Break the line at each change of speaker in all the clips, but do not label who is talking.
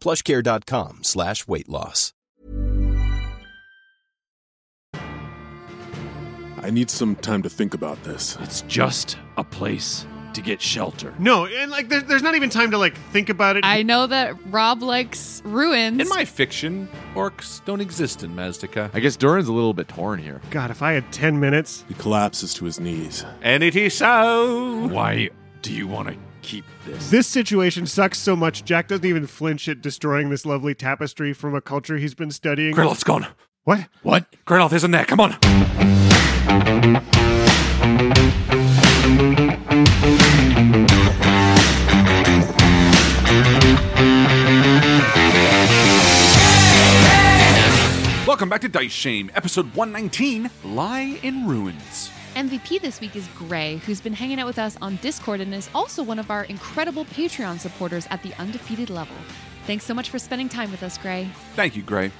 plushcare.com slash weight loss.
I need some time to think about this.
It's just a place to get shelter.
No, and like there, there's not even time to like think about it.
I know that Rob likes ruins.
In my fiction, orcs don't exist in Mazdaca. I guess Durin's a little bit torn here.
God, if I had ten minutes,
He collapses to his knees.
And it is so.
Why do you want to keep this?
this situation sucks so much. Jack doesn't even flinch at destroying this lovely tapestry from a culture he's been studying.
Krillof's gone.
What?
What?
Krilov isn't there. Come on.
Welcome back to Dice Shame, episode 119 Lie in Ruins.
MVP this week is Gray, who's been hanging out with us on Discord and is also one of our incredible Patreon supporters at the undefeated level. Thanks so much for spending time with us, Gray.
Thank you, Gray.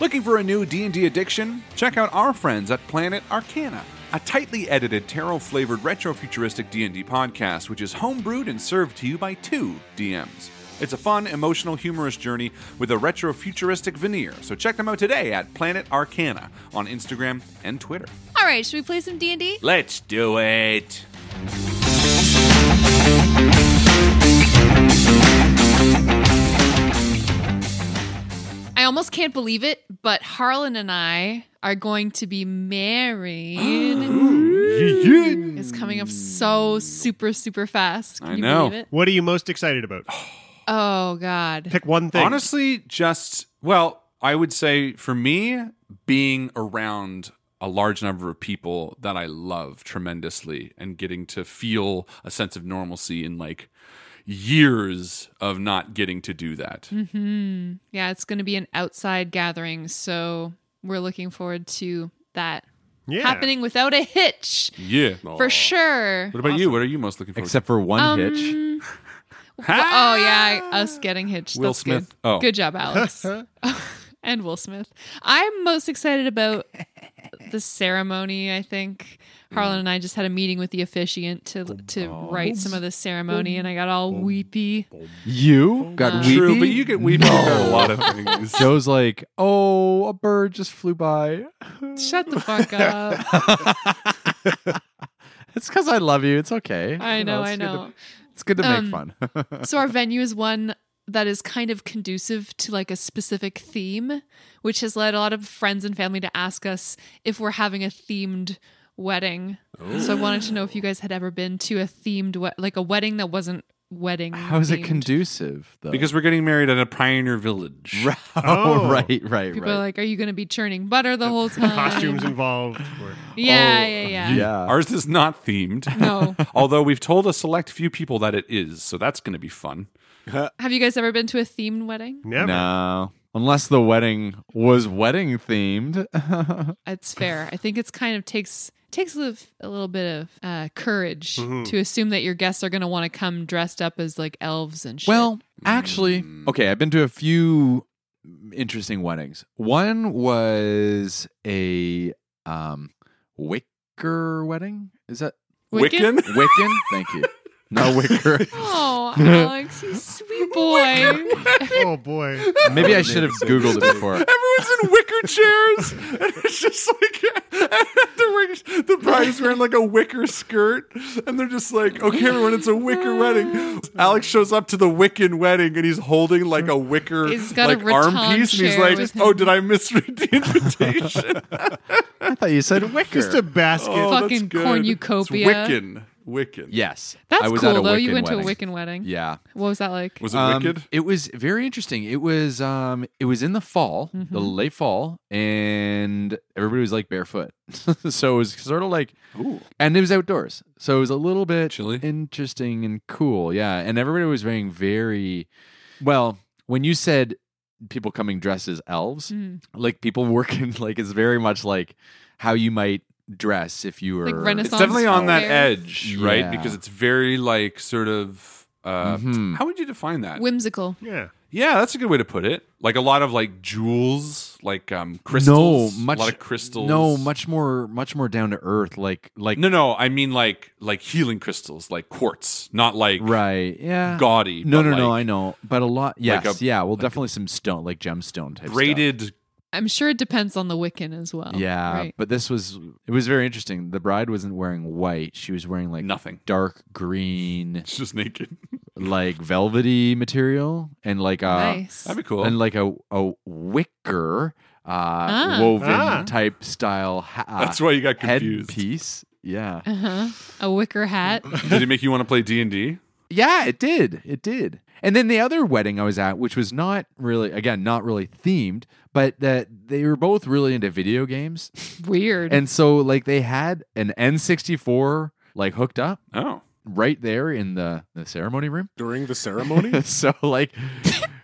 Looking for a new D&D addiction? Check out our friends at Planet Arcana, a tightly edited tarot-flavored retrofuturistic D&D podcast which is homebrewed and served to you by two DMs. It's a fun, emotional, humorous journey with a retrofuturistic veneer. So check them out today at Planet Arcana on Instagram and Twitter.
All right, should we play some D&D?
Let's do it.
I almost can't believe it, but Harlan and I are going to be married. it's coming up so super super fast. Can
I
you
know.
believe it?
What are you most excited about?
Oh god.
Pick one thing.
Honestly, just well, I would say for me, being around a large number of people that I love tremendously and getting to feel a sense of normalcy in like years of not getting to do that.
Mhm. Yeah, it's going to be an outside gathering, so we're looking forward to that
yeah.
happening without a hitch.
Yeah.
For sure.
What about you? What are you most looking for?
Except for one
Um,
hitch.
Oh yeah, us getting hitched.
Will
That's
Smith.
Good.
Oh.
good job, Alex. and Will Smith. I'm most excited about the ceremony. I think
Hmm.
Harlan and I just had a meeting with the officiant to to write some of the ceremony, and I got all weepy.
You got weepy.
True, but you get weepy about a lot of things.
Joe's like, oh, a bird just flew by.
Shut the fuck up.
It's because I love you. It's okay.
I
You
know. I
it's good to-
know.
it's good to make
Um,
fun.
so our venue is one that is kind of conducive to like a specific theme, which has led a lot of friends and family to ask us if we're having a themed wedding. So I wanted to know if you guys had ever been to a themed we- like a wedding that wasn't wedding.
How is it
themed.
conducive though?
Because we're getting married at a pioneer village.
oh,
Oh.
right, right,
people
right.
are like, "Are you going to be churning butter the whole time?"
Costumes involved. Were,
Yeah,
Oh,
yeah, yeah,
yeah.
Ours is not themed.
No.
Although we've told a select few people that it is, so that's going to be fun.
Have you guys ever been to a themed wedding?
never.
No, unless the wedding was wedding themed.
It's fair. I think it's kind of takes takes a, little- a little bit of uh, courage to assume that your guests are going to want to come dressed up as like elves and shit.
Well, actually, okay, I've been to a few interesting weddings. One was a um wicker wedding. Is that
Wiccan?
Wiccan?
Wiccan? Thank you. Not wicker.
Oh, Alex, you sweet boy.
Oh boy.
Maybe I should have googled it before.
Everyone's in wicker chairs, and it's just like the, wick- the bride's wearing like a wicker skirt, and they're just like, "Okay, everyone, it's a wicker wedding." Alex shows up to the Wiccan wedding, and he's holding like a wicker
He's got a
like arm
rattan
piece, and he's
chair
like,
with him.
"Oh, did I misread the invitation?"
I thought you said wicker.
Just a basket.
Oh, that's
Fucking
good.
cornucopia.
It's Wiccan, Wiccan.
yes.
That's
I was
cool
at a
though. You
Wiccan
went to a
wedding.
Wiccan wedding.
Yeah.
What was that like?
Was it
Um,
wicked?
It was very interesting. It was um it was in the fall,
Mm-hmm.
the late fall, and everybody was like barefoot. so it was sort of like and it was outdoors. So it was a little bit
Chilly?
interesting and cool. Yeah. And everybody was wearing very well, when you said people coming dressed as elves,
Mm.
like people working like it's very much like how you might dress if you were
Like
It's
Renaissance
definitely on that
fair.
edge, right?
Yeah.
Because it's very like sort of. Uh,
Mm-hmm.
Mhm.
How would you define that?
Whimsical.
Yeah.
Oh,
Yeah, that's a good way to put it. Like a lot of like jewels, like um crystals.
No, much
a lot of crystals.
No, much more, much more down to earth. Like, like
No, no, I mean like like healing crystals, like quartz, not like
right yeah
gaudy.
no
but,
no no
like,
i know but a lot yes
like a-
yeah well definitely some stone like gemstone type
Braided.
I'm sure it depends on the Wiccan as well.
stuff. yeah
Right.
but this was it was very interesting the bride wasn't wearing white she was wearing like
Nothing.
dark green
It's just naked.
like velvety material and like a
nice.
That'd be cool.
and like a, a wicker uh
Ah.
woven
Ah.
type style ha- uh,
that's why you got confused.
headpiece yeah
uh-huh. A wicker hat.
Did it make you want to play D and D?
Yeah, it did. It did. And then the other wedding I was at, which was not really, again, not really themed, but that they were both really into video games.
Weird.
and so, like, they had an N64 like hooked up
Oh,
right there in the, the ceremony room.
During the ceremony?
so, like,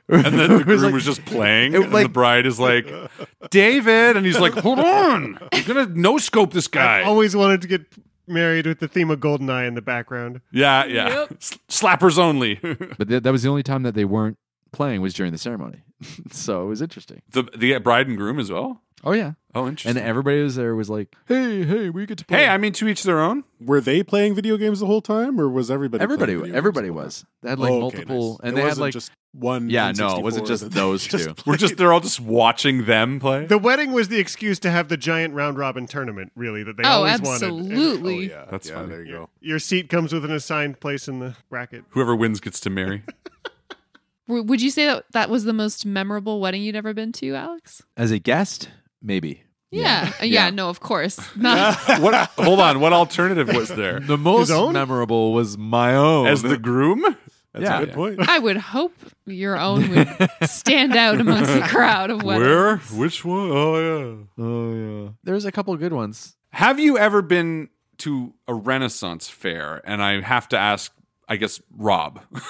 and then the groom was just playing,
it
and
like-
the bride is like, "David," and he's like, "Hold on, I'm gonna no scope this guy."
I
Oh.
always wanted to get married with the theme of Goldeneye in the background.
yeah, yeah, S- slappers only.
but th- that was the only time that they weren't playing was during the ceremony. so it was interesting.
the the bride and groom as well.
Oh, yeah.
Oh, interesting.
And everybody was there was like, hey, hey, we get to play.
Hey, I mean, to each their own.
Were they playing video games the whole time, or was everybody?
Everybody,
playing video
everybody
games the whole
was.
time?
They had like
Oh, okay,
multiple,
nice.
and
It
they had
wasn't
like
just one.
Yeah, no, it wasn't
N64
just
that
those
they just
two.
We're just they're all just watching them play.
The wedding was the excuse to have the giant round robin tournament, really, that they
oh,
always wanted.
absolutely.
played. Yeah,
That's
yeah,
funny.
There you go.
Your seat comes with an assigned place in the bracket.
Whoever wins gets to marry.
W- Would you say that that was the most memorable wedding you'd ever been to, Alex?
as a guest, maybe.
Yeah. Uh, Yeah, no, of course. Not
what? Hold on. What alternative was there?
The most
own?
memorable was my own.
As the groom?
That's
Yeah.
a good point.
I would hope your own would stand out amongst the crowd of weddings.
Where? Which one? Oh yeah.
oh yeah, there's a couple good ones.
Have you ever been to a Renaissance fair? And I have to ask, I guess Rob,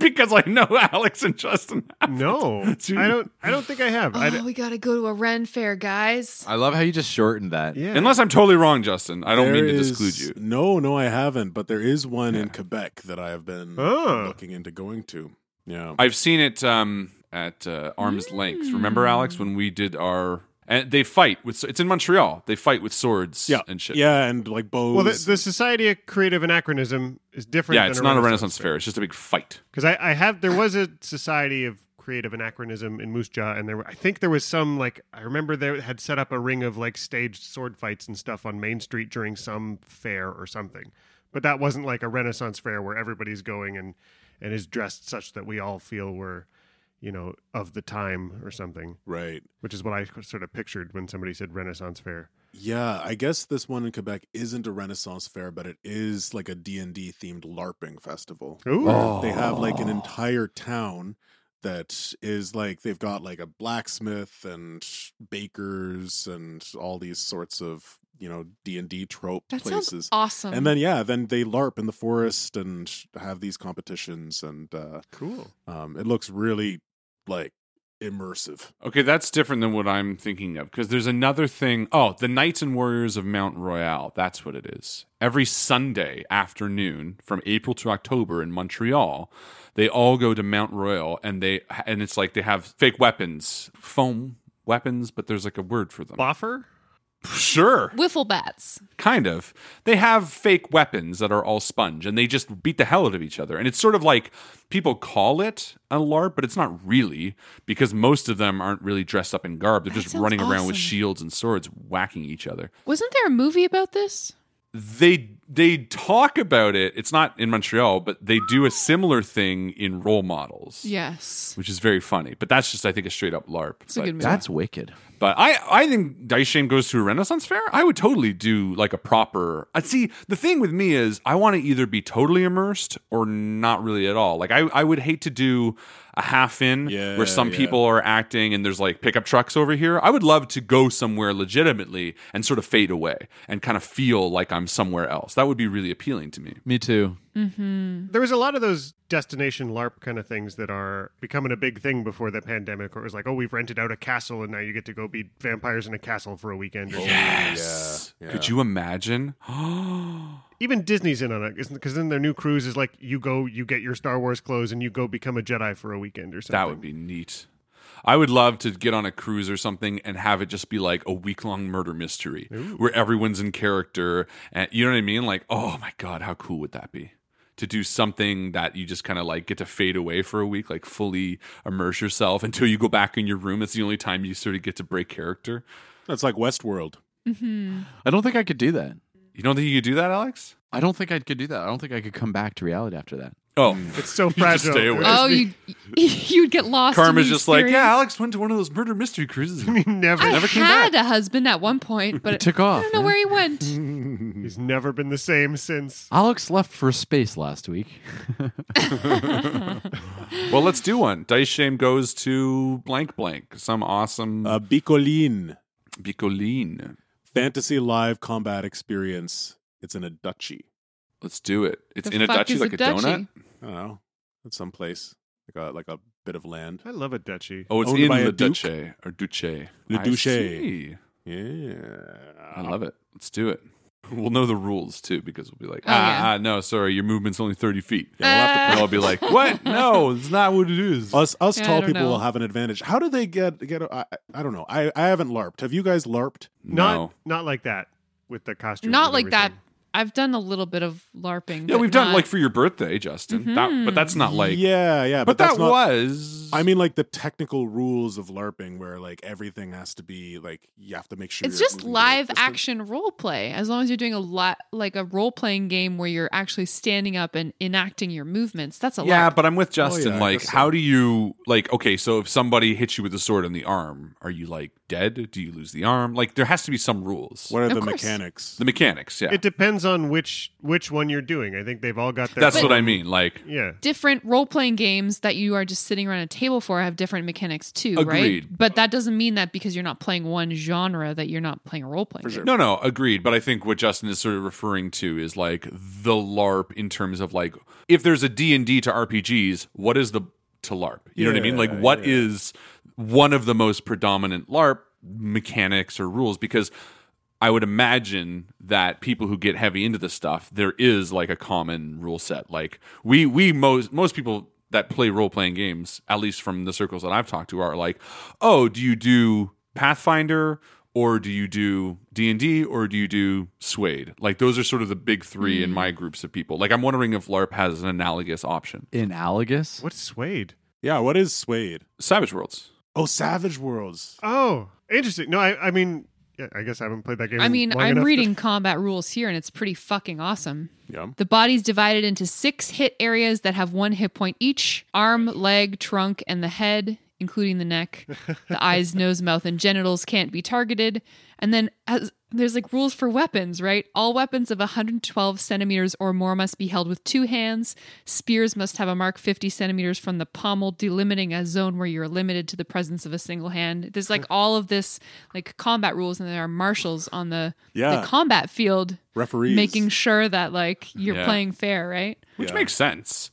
because I know Alex and Justin. have.
No, I don't. I don't think I have. I d-
Oh, we gotta go to a Ren fair, guys.
I love how you just shortened that.
yeah.
Unless I'm totally wrong, Justin. I don't
There
mean to
is-
disclude you.
No, no, I haven't. But there is one in Quebec that I have been
Oh.
looking into going to. Yeah,
I've seen it um, at uh, arm's length. Remember, Alex, when we did our and they fight with it's in Montreal. They fight with swords
yeah,
and shit.
Yeah, and like bows.
well, the, the Society of Creative Anachronism is different.
yeah.
than
It's not a Renaissance fair. It's just a big fight.
Because I, I have there was a Society of Creative Anachronism in Moose Jaw, and there were- I think there was some like I remember they had set up a ring of like staged sword fights and stuff on Main Street during some fair or something, but that wasn't like a Renaissance fair where everybody's going and and is dressed such that we all feel we're, you know, of the time or something,
Right.
which is what I sort of pictured when somebody said Renaissance fair.
Yeah, I guess this one in Quebec isn't a Renaissance fair, but it is like a D&D themed LARPing festival.
Ooh.
Oh.
They have like an entire town that is like they've got like a blacksmith and bakers and all these sorts of, you know, D&D
Oh,
trope
That sounds
places.
awesome.
And then yeah, then they LARP in the forest and have these competitions and uh
Cool.
um it looks really like immersive.
Okay, that's different than what I'm thinking of because there's another thing. Oh, the Knights and Warriors of Mount Royal. That's what it is. Every Sunday afternoon from April to October in Montreal, they all go to Mount Royal and they and it's like they have fake weapons, foam weapons, but there's like a word for them.
Boffer?
Sure
wiffle bats.
kind of they have fake weapons that are all sponge and they just beat the hell out of each other and it's sort of like people call it a larp but it's not really because most of them aren't really dressed up in garb they're
That
just
sounds
running around
awesome.
with shields and swords whacking each other
Wasn't there a movie about this?
they they talk about it it's not in montreal but they do a similar thing in role models
Yes.
which is very funny but that's just i think a straight up larp
It's a
But-
good movie.
That's wicked.
but I, I think Dice Shame goes to a Renaissance fair. I would totally do like a proper. I see. The thing with me is I want to either be totally immersed or not really at all. Like I, I would hate to do a half in
Yeah,
where some
yeah.
people are acting and there's like pickup trucks over here. I would love to go somewhere legitimately and sort of fade away and kind of feel like I'm somewhere else. That would be really appealing to me.
Me too.
There was a lot of those destination LARP kind of things that are becoming a big thing before the pandemic, where it was like, oh, we've rented out a castle and now you get to go be vampires in a castle for a weekend.
Oh,
Or
Yes. Could you imagine?
Even Disney's in on it, isn't? Because then their new cruise is like, you go, you get your Star Wars clothes and you go become a Jedi for a weekend or something.
That would be neat. I would love to get on a cruise or something and have it just be like a week long murder mystery where everyone's in character. And you know what I mean? Like, oh my God, how cool would that be? To do something that you just kind of like get to fade away for a week, like fully immerse yourself until you go back in your room. That's the only time you sort of get to break character.
That's like Westworld.
I don't think I could do that.
You don't think you could do that, Alex?
I don't think I could do that. I don't think I could come back to reality after that.
Oh,
It's so
You just
fragile.
stay away.
Oh, you you'd get lost. in
Karma's
the
just like, yeah,
experience.
Alex went to one of those murder mystery cruises.
never.
I
never came
had a husband at one point, but
It took
I
off.
don't know
man.
where he went.
He's never been the same since.
Alex left for space last week.
well, let's do one. Dice Shame goes to blank blank, some awesome
Uh, Bicoline
Bicoline.
fantasy live combat experience. It's in a duchy.
Let's do it. It's
The
in a
fuck
duchy
is
like a, donut.
I don't know. It's someplace. Like a like a bit of land.
I love a duchy.
Oh, it's
Owned
in
by a
the
duke?
duce or duce.
Le
I
duché.
see.
Yeah.
I love it. Let's do it. We'll know the rules too because we'll be like,
Oh,
ah,
yeah. Uh.
ah, no, sorry, your movement's only thirty feet.
Yeah, we'll have to-
And I'll be like, what? No, it's not what it is.
us us
Yeah, I
tall
don't
people
know.
will have an advantage. How do they get get? I I- I don't know. I I haven't larped. Have you guys larped?
no.
Not not like that with the costume.
Not like that. I've done a little bit of LARPing.
Yeah,
but
we've done
not-
like for your birthday, Justin. That, but that's not like.
yeah, yeah. But,
but,
that's
that
not,
was.
I mean, like the technical rules of larping, where like everything has to be like you have to make sure
it's
you're
just
moving the right
live
distance.
action role play. As long as you're doing a lot like a role playing game where you're actually standing up and enacting your movements, that's a
yeah,
LARP.
but I'm with Justin.
Oh, yeah, I
like,
guess so.
how do you like? Okay, so if somebody hits you with a sword in the arm, are you like dead? Do you lose the arm? Like, there has to be some rules.
What are
Of
the
course.
mechanics?
The mechanics, yeah.
It depends on which which one you're doing. I think they've all got their.
That's
But-
what I mean. Like,
Yeah.
different role playing games that you are just sitting around a table for have different mechanics too,
Agreed.
right? But that doesn't mean that because you're not playing one genre that you're not playing a role playing. game.
no, no, agreed. But I think what Justin is sort of referring to is like the LARP in terms of like if there's a D and D to RPGs, what is the to LARP? You know what I mean? Like, what is one of the most predominant LARP mechanics or rules? Because I would imagine that people who get heavy into this stuff, there is like a common rule set. Like we we most most people that play role playing games, at least from the circles that I've talked to, are like, oh, do you do Pathfinder or do you do D and D or do you do Suede? Like those are sort of the big three
Hmm.
in my groups of people. Like I'm wondering if LARP has an analogous option.
Analogous.
What's suede?
Yeah. What is suede?
Savage Worlds.
Oh, Savage Worlds.
Oh, interesting. No, I, I mean, yeah, I guess I haven't played that game.
I mean,
long
I'm
enough to-
reading combat rules here, and it's pretty fucking awesome.
Yeah.
The body's divided into six hit areas that have one hit point each arm, leg, trunk, and the head, including the neck. The eyes, nose, mouth, and genitals can't be targeted. And then as, there's like rules for weapons, right? All weapons of 112 centimeters or more must be held with two hands. Spears must have a mark 50 centimeters from the pommel, delimiting a zone where you're limited to the presence of a single hand. There's like all of this like combat rules, and there are marshals on the,
Yeah.
the combat field
Referees.
making sure that like you're
Yeah.
playing fair, right?
which
Yeah.
makes sense.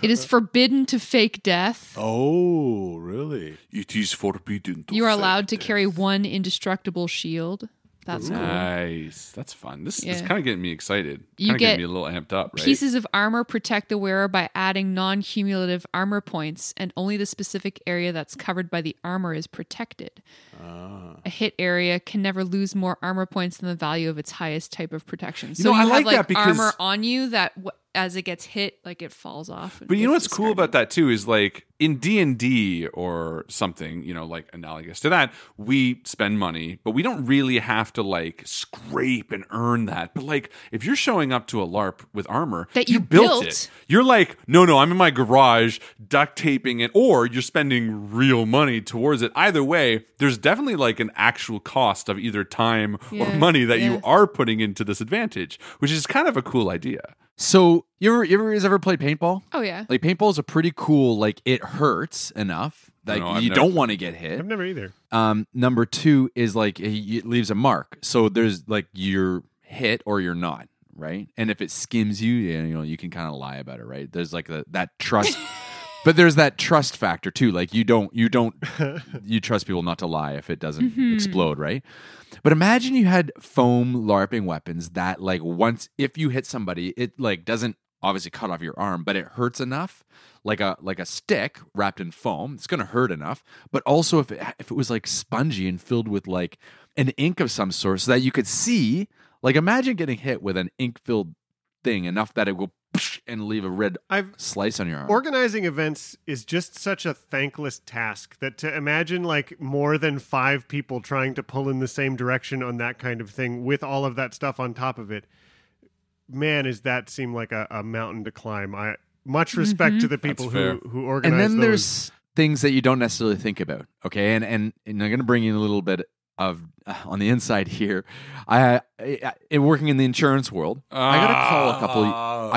It is forbidden to fake death.
Oh, really?
It is forbidden.
you are allowed to carry one indestructible shield. That's cool.
Nice. That's fun. This, is
Yeah.
kind of getting me excited.
You
kind of
get
getting me a little amped up, right?
Pieces of armor protect the wearer by adding non cumulative armor points, and only the specific area that's covered by the armor is protected.
Ah.
A hit area can never lose more armor points than the value of its highest type of protection. So you
know, I
have
like
like
that because-
armor on you that w- as it gets hit, like it falls off. and
But you know
gets
what's cool
discarded.
about that too is like in D and D or something, you know, like analogous to that, we spend money, but we don't really have to like scrape and earn that. But like if you're showing up to a LARP with armor
That you built.
it, you're like, no, no, I'm in my garage duct taping it, or you're spending real money towards it. Either way, there's definitely like an actual cost of either time or
Yeah,
money that
yeah.
you are putting into this advantage, which is kind of a cool idea.
So you ever you ever, you guys ever played paintball?
Oh, yeah.
Like paintball is a pretty cool. Like it hurts enough. Like
No, I've
you
never-
don't want to get hit.
I've never either.
Um, number two is like it it leaves a mark. So there's like you're hit or you're not, right? And if it skims you, yeah, you know, you can kind of lie about it, right? There's like the, that trust, but there's that trust factor too. Like you don't, you don't, you trust people not to lie if it doesn't explode, right? But imagine you had foam LARPing weapons that, like, once if you hit somebody, it like doesn't obviously cut off your arm, but it hurts enough, like a like a stick wrapped in foam. It's gonna hurt enough, but also if it, if it was like spongy and filled with like an ink of some sort, so that you could see, like, imagine getting hit with an ink filled thing enough that it will psh, and leave a red
I've
slice on your
Uh-huh.
arm.
Organizing events is just such a thankless task that to imagine like more than five people trying to pull in the same direction on that kind of thing with all of that stuff on top of it, man, is that seem like a, a mountain to climb. I much
Mm-hmm.
respect to the people
That's fair.
who who organize
and then
those.
there's things that you don't necessarily think about okay and and, and i'm going to bring in a little bit of uh, on the inside here i, I, I working in the insurance world i got a call a
Ah.
couple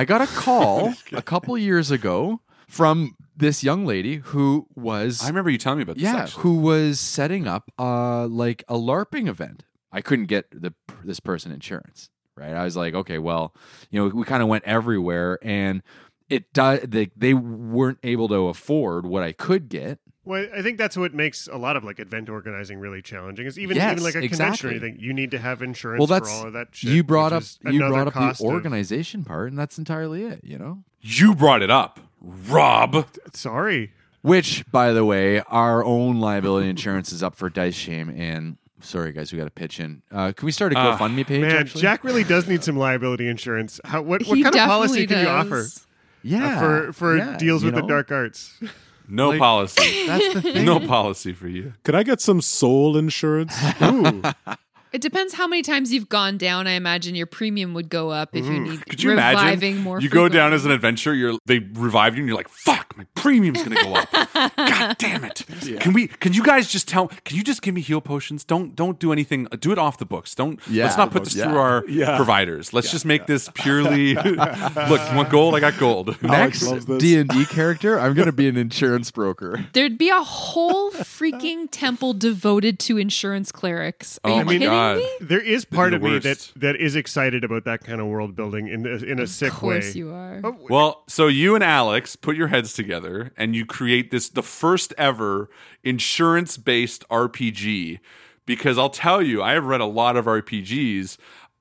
i got a call a couple years ago from this young lady who was
I remember you telling me about this.
yeah
actually.
who was setting up uh like a larping event i couldn't get the this person insurance right i was like okay well you know we kind of went everywhere and it does they, they weren't able to afford what i could get
Well, I think that's what makes a lot of like event organizing really challenging. Is even
Yes,
even like a convention or
exactly.
anything, you need to have insurance
well that's
for all of that shit.
you brought
which
up
is
you
another
brought up
cost
the
of-
organization part and that's entirely it you know
You brought it up, Rob.
Sorry.
which by the way our own liability insurance is up for dice shame and sorry guys we got to pitch in uh, can we start a
Ah,
gofundme page
Man,
actually?
Jack uh, really does need some liability insurance. How, what what
He
kind of policy
definitely
can you offer? uh,
does.
yeah
for for
yeah,
deals
you
with the
know?
dark arts.
No
Like-
policy.
that's the thing
no policy for you.
Could I get some soul insurance? Ooh.
It depends how many times you've gone down. I imagine your premium would go up if you need
Mm. Could you
reviving
imagine?
more.
you go down
frequently.
as an adventurer. You're they revived you, and you're like, "Fuck, my premium's gonna go up." God damn it! Can we? Can you guys just tell? Can you just give me heal potions? Don't don't do anything. Do it off the books. Don't.
Yeah.
let's not put this
Yeah.
through our
Yeah.
providers. Let's just make this purely. look, you want gold? I got gold.
next
loves this.
D and D character, I'm gonna be an insurance broker.
There'd be a whole freaking temple devoted to insurance clerics. Are
Oh
you
my
kidding
God.
me?
There is part
the
of me that
worst.
that is excited about that kind of world building in a, in a sick
Of course
way.
you are.
Well, so you and Alex put your heads together and you create this the first ever insurance based RPG. Because I'll tell you, I have read a lot of RPGs.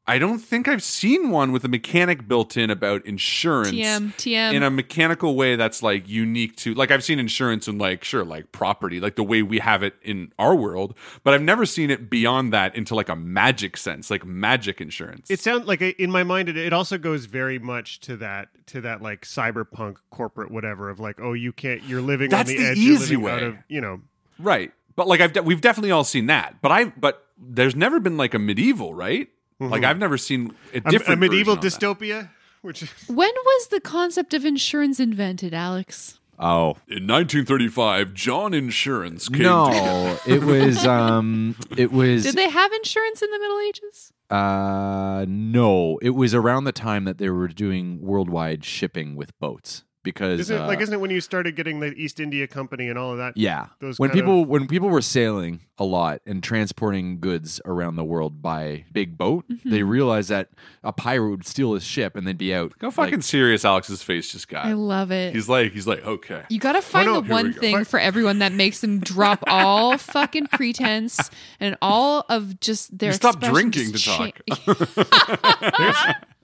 I don't think I've seen one with a mechanic built in about insurance
TM, TM.
in a mechanical way that's like unique to like I've seen insurance in like sure like property like the way we have it in our world, but I've never seen it beyond that into like a magic sense, like magic insurance.
It sounds like in my mind it, it also goes very much to that to that like cyberpunk corporate whatever of like oh you can't you're living
That's
on the,
the
edge
easy
you're living
way.
out of you know
Right. But like I've de- we've definitely all seen that. But I but there's never been like a medieval, right? Like I've never seen a
A,
different
a medieval
version of that.
dystopia, which is
When was the concept of insurance invented, Alex?
Oh.
In 1935, John Insurance came. to-
No, it was um it was
Did they have insurance in the Middle Ages?
Uh, no, it was around the time that they were doing worldwide shipping with boats because
isn't it,
uh,
like isn't it when you started getting the East India Company and all of that?
yeah,
those
when
kind
people when people were sailing a lot and transporting goods around the world by big boat,
Mm-hmm.
they realized that a pirate would steal his ship and they'd be out.
Look how fucking serious Alex's face just got.
I love it.
he's like he's like okay.
You gotta find
no,
the
here
one
go.
thing for everyone that makes them drop all fucking pretense and all of just their.
You stop
expression
drinking
just
to
cha-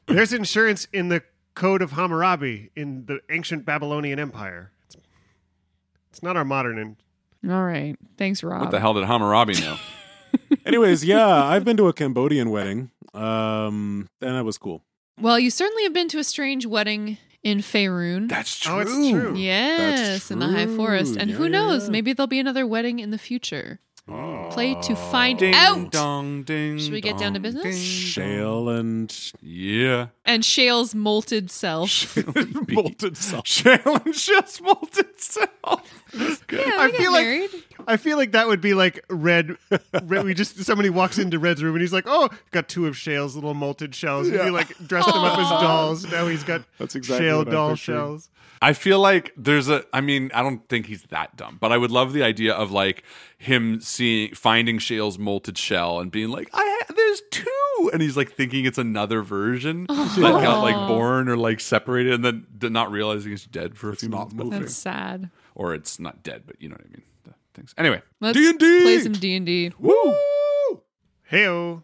There's insurance in the Code of Hammurabi in the ancient Babylonian Empire. It's, it's not our modern. In-
all right, thanks, Rob.
What the hell did Hammurabi know?
Anyways, yeah, I've been to a Cambodian wedding, um, and that was cool.
Well, you certainly have been to a strange wedding in Faerun.
That's true.
oh, it's true.
Yes, in the high forest, and
true.
who
Yeah,
knows?
yeah.
Maybe there'll be another wedding in the future. Play to find
Oh. Ding
out.
dong ding.
Should we get down to
dong,
business?
ding dong.
Shale and
Yeah.
And Shale's molted self.
molted self. Shale and Shale's molted self.
I
yeah, they got
feel like-
married.
I feel like that would be like Red. Red we just somebody walks into Red's room and he's like, "Oh, got two of Shale's little molted shells." And he like dressed them up as dolls. Now he's got
That's exactly
Shale
what I'm
doll
picturing.
shells.
I feel like there's a. I mean, I don't think he's that dumb, but I would love the idea of like him seeing finding Shale's molted shell and being like, "I ha- there's two. and he's like thinking it's another version
Oh.
that got like born or like separated, and then d- not realizing it's dead for a few months. but-
That's sad.
or it's not dead, but you know what I mean. The things. Anyway,
Let's
D&D.
play some D and D.
Woo!
Heyo.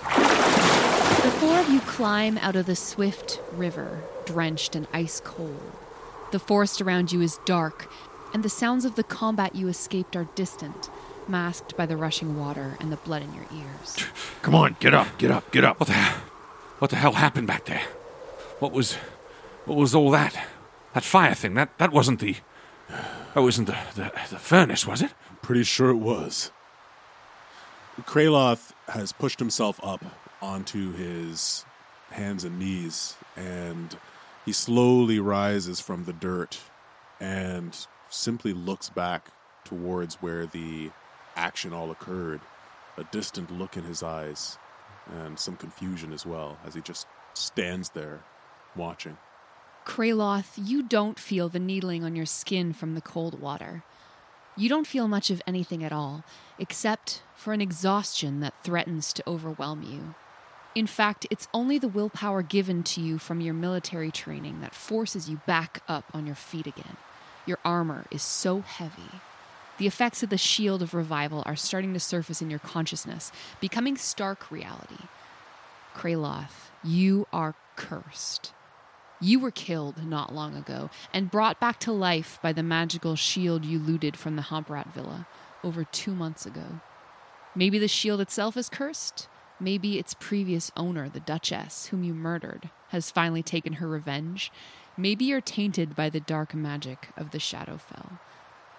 The four of you climb out of the swift river, drenched and ice cold. The forest around you is dark, and the sounds of the combat you escaped are distant, masked by the rushing water and the blood in your ears.
Come on, get up, get up, get up. Uh, What the hell? What the hell happened back there? What was what was all that? That fire thing, that that wasn't the that wasn't the, the, the furnace, was it?
Pretty sure it was. Kraloth has pushed himself up onto his hands and knees, and he slowly rises from the dirt and simply looks back towards where the action all occurred. A distant look in his eyes, and some confusion as well, as he just stands there watching.
Kraloth, you don't feel the needling on your skin from the cold water. You don't feel much of anything at all, except for an exhaustion that threatens to overwhelm you. In fact, it's only the willpower given to you from your military training that forces you back up on your feet again. Your armor is so heavy. The effects of the shield of revival are starting to surface in your consciousness, becoming stark reality. Kraloth, you are cursed. You were killed not long ago and brought back to life by the magical shield you looted from the Homprat Villa over two months ago. Maybe the shield itself is cursed. Maybe its previous owner, the Duchess, whom you murdered, has finally taken her revenge. Maybe you're tainted by the dark magic of the Shadowfell.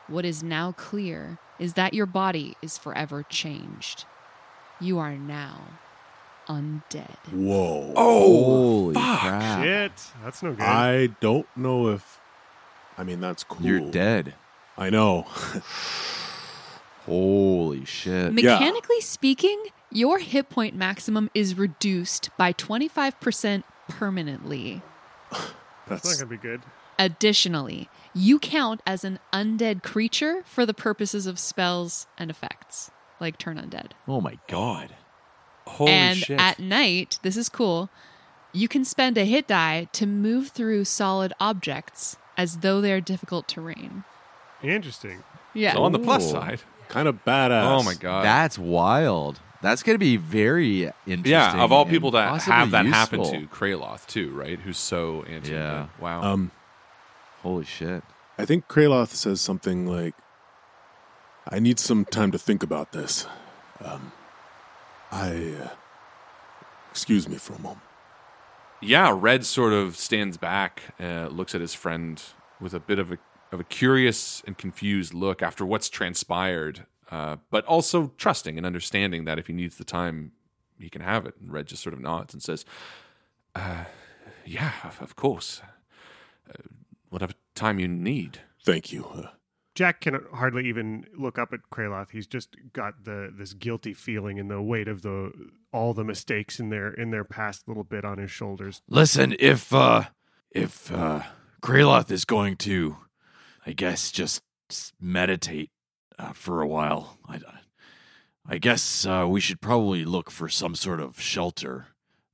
What is now clear is that your body is forever changed. You are now undead.
Whoa.
Oh!
Holy crap!
Shit. That's no good.
I don't know if. I mean, that's cool.
You're dead.
I know.
Holy
Yeah.
shit!
Mechanically speaking, your hit point maximum is reduced by 25% permanently.
That's not gonna be good.
Additionally, you count as an undead creature for the purposes of spells and effects, like turn undead.
Oh my god!
Holy
and
shit.
at night, this is cool, you can spend a hit die to move through solid objects as though they are difficult terrain.
Interesting.
Yeah.
so on the plus
Ooh.
side.
kind of badass.
Oh my god.
That's wild. That's going to be very interesting.
yeah, of all
and
people that
possibly
have that
useful.
happen to, Kraloth too, right? Who's so anti
Yeah.
Wow.
Um,
Holy shit.
I think Kraloth says something like, "I need some time to think about this." Um, I uh, excuse me for a moment.
yeah, Red sort of stands back, uh, looks at his friend with a bit of a, of a curious and confused look after what's transpired, uh, but also trusting and understanding that if he needs the time, he can have it. And Red just sort of nods and says, uh, "Yeah, of, of course. Uh, whatever time you need."
Thank you. Uh,
Jack can hardly even look up at Kraloth. He's just got the this guilty feeling and the weight of the all the mistakes in their in their past little bit on his shoulders.
Listen, if uh if uh Kraloth is going to I guess just s- meditate uh, for a while. I I guess uh, we should probably look for some sort of shelter.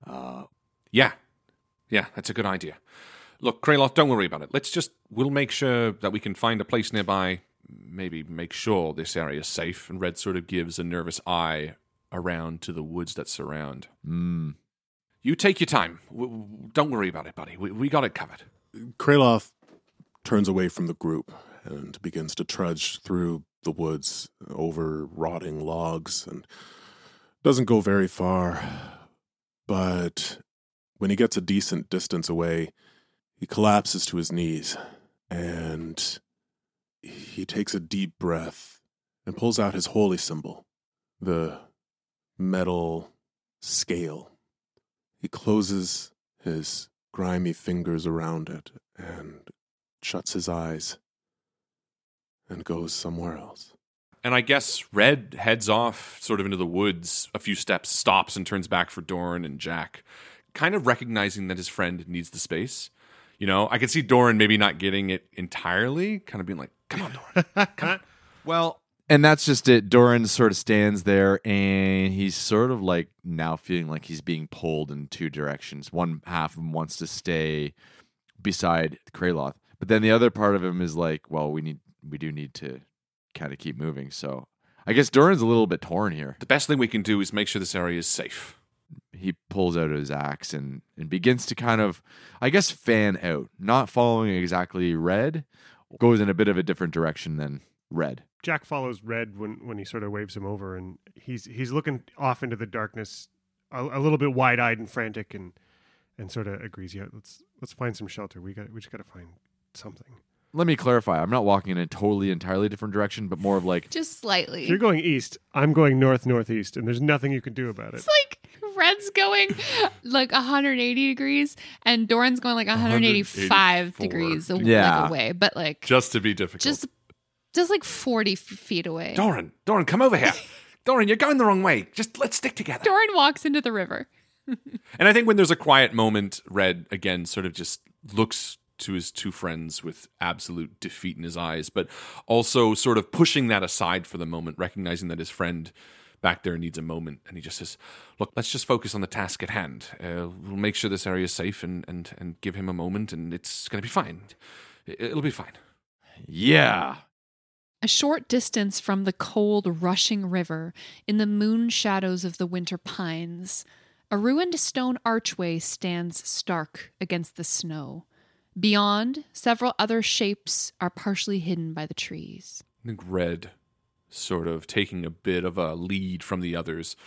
Uh
Yeah. Yeah, that's a good idea. Look, Kraloth, don't worry about it. Let's just, we'll make sure that we can find a place nearby, maybe make sure this area is safe. And Red sort of gives a nervous eye around to the woods that surround.
mm.
You take your time. W- w- don't worry about it, buddy. We, we got it covered.
Kraloth turns away from the group and begins to trudge through the woods over rotting logs and doesn't go very far. But when he gets a decent distance away, he collapses to his knees and he takes a deep breath and pulls out his holy symbol, the metal scale. He closes his grimy fingers around it and shuts his eyes and goes somewhere else.
And I guess Red heads off sort of into the woods a few steps, stops, and turns back for Doran and Jack, kind of recognizing that his friend needs the space. You know, I could see Doran maybe not getting it entirely, kind of being like, come on, Doran.
Well, and that's just it. Doran sort of stands there and he's sort of like now feeling like he's being pulled in two directions. One half of him wants to stay beside Kraloth, but then the other part of him is like, well, we need we do need to kind of keep moving. So I guess Doran's a little bit torn here.
The best thing we can do is make sure this area is safe.
He pulls out his axe and, and begins to kind of, I guess, fan out, not following exactly Red, goes in a bit of a different direction than Red.
Jack follows Red when when he sort of waves him over, and he's he's looking off into the darkness, a, a little bit wide eyed and frantic, and and sort of agrees. Yeah, let's let's find some shelter. We got we just got to find something.
let me clarify. I'm not walking in a totally entirely different direction, but more of like
Just
If
slightly.
you're going east, I'm going north northeast, and there's nothing you can do about it.
It's like Red's going like 180 degrees and Doran's going like 185 degrees a-
Yeah.
like, away, but like just,
Just to be difficult.
just just like 40 f- feet away.
Doran, Doran, come over here. Doran, you're going the wrong way. Just let's stick together.
Doran walks into the river.
And I think when there's a quiet moment, Red again sort of just looks to his two friends with absolute defeat in his eyes, but also sort of pushing that aside for the moment, recognizing that his friend back there needs a moment. And he just says, Look, let's just focus on the task at hand. Uh, we'll make sure this area is safe and, and, and give him a moment, and it's going to be fine. It- It'll be fine.
yeah,
A short distance from the cold, rushing river, in the moon shadows of the winter pines, a ruined stone archway stands stark against the snow. Beyond, several other shapes are partially hidden by the trees.
I think Red, sort of taking a bit of a lead from the others,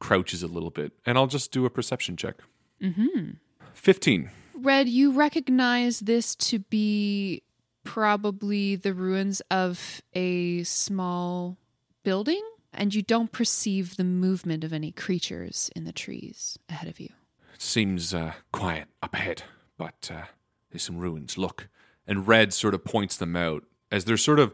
crouches a little bit. And I'll just do a perception check.
Mm-hmm.
15.
Red, you recognize this to be probably the ruins of a small building, and you don't perceive the movement of any creatures in the trees ahead of you.
Seems uh, quiet up ahead, but uh, there's some ruins. Look. And Red sort of points them out as they're sort of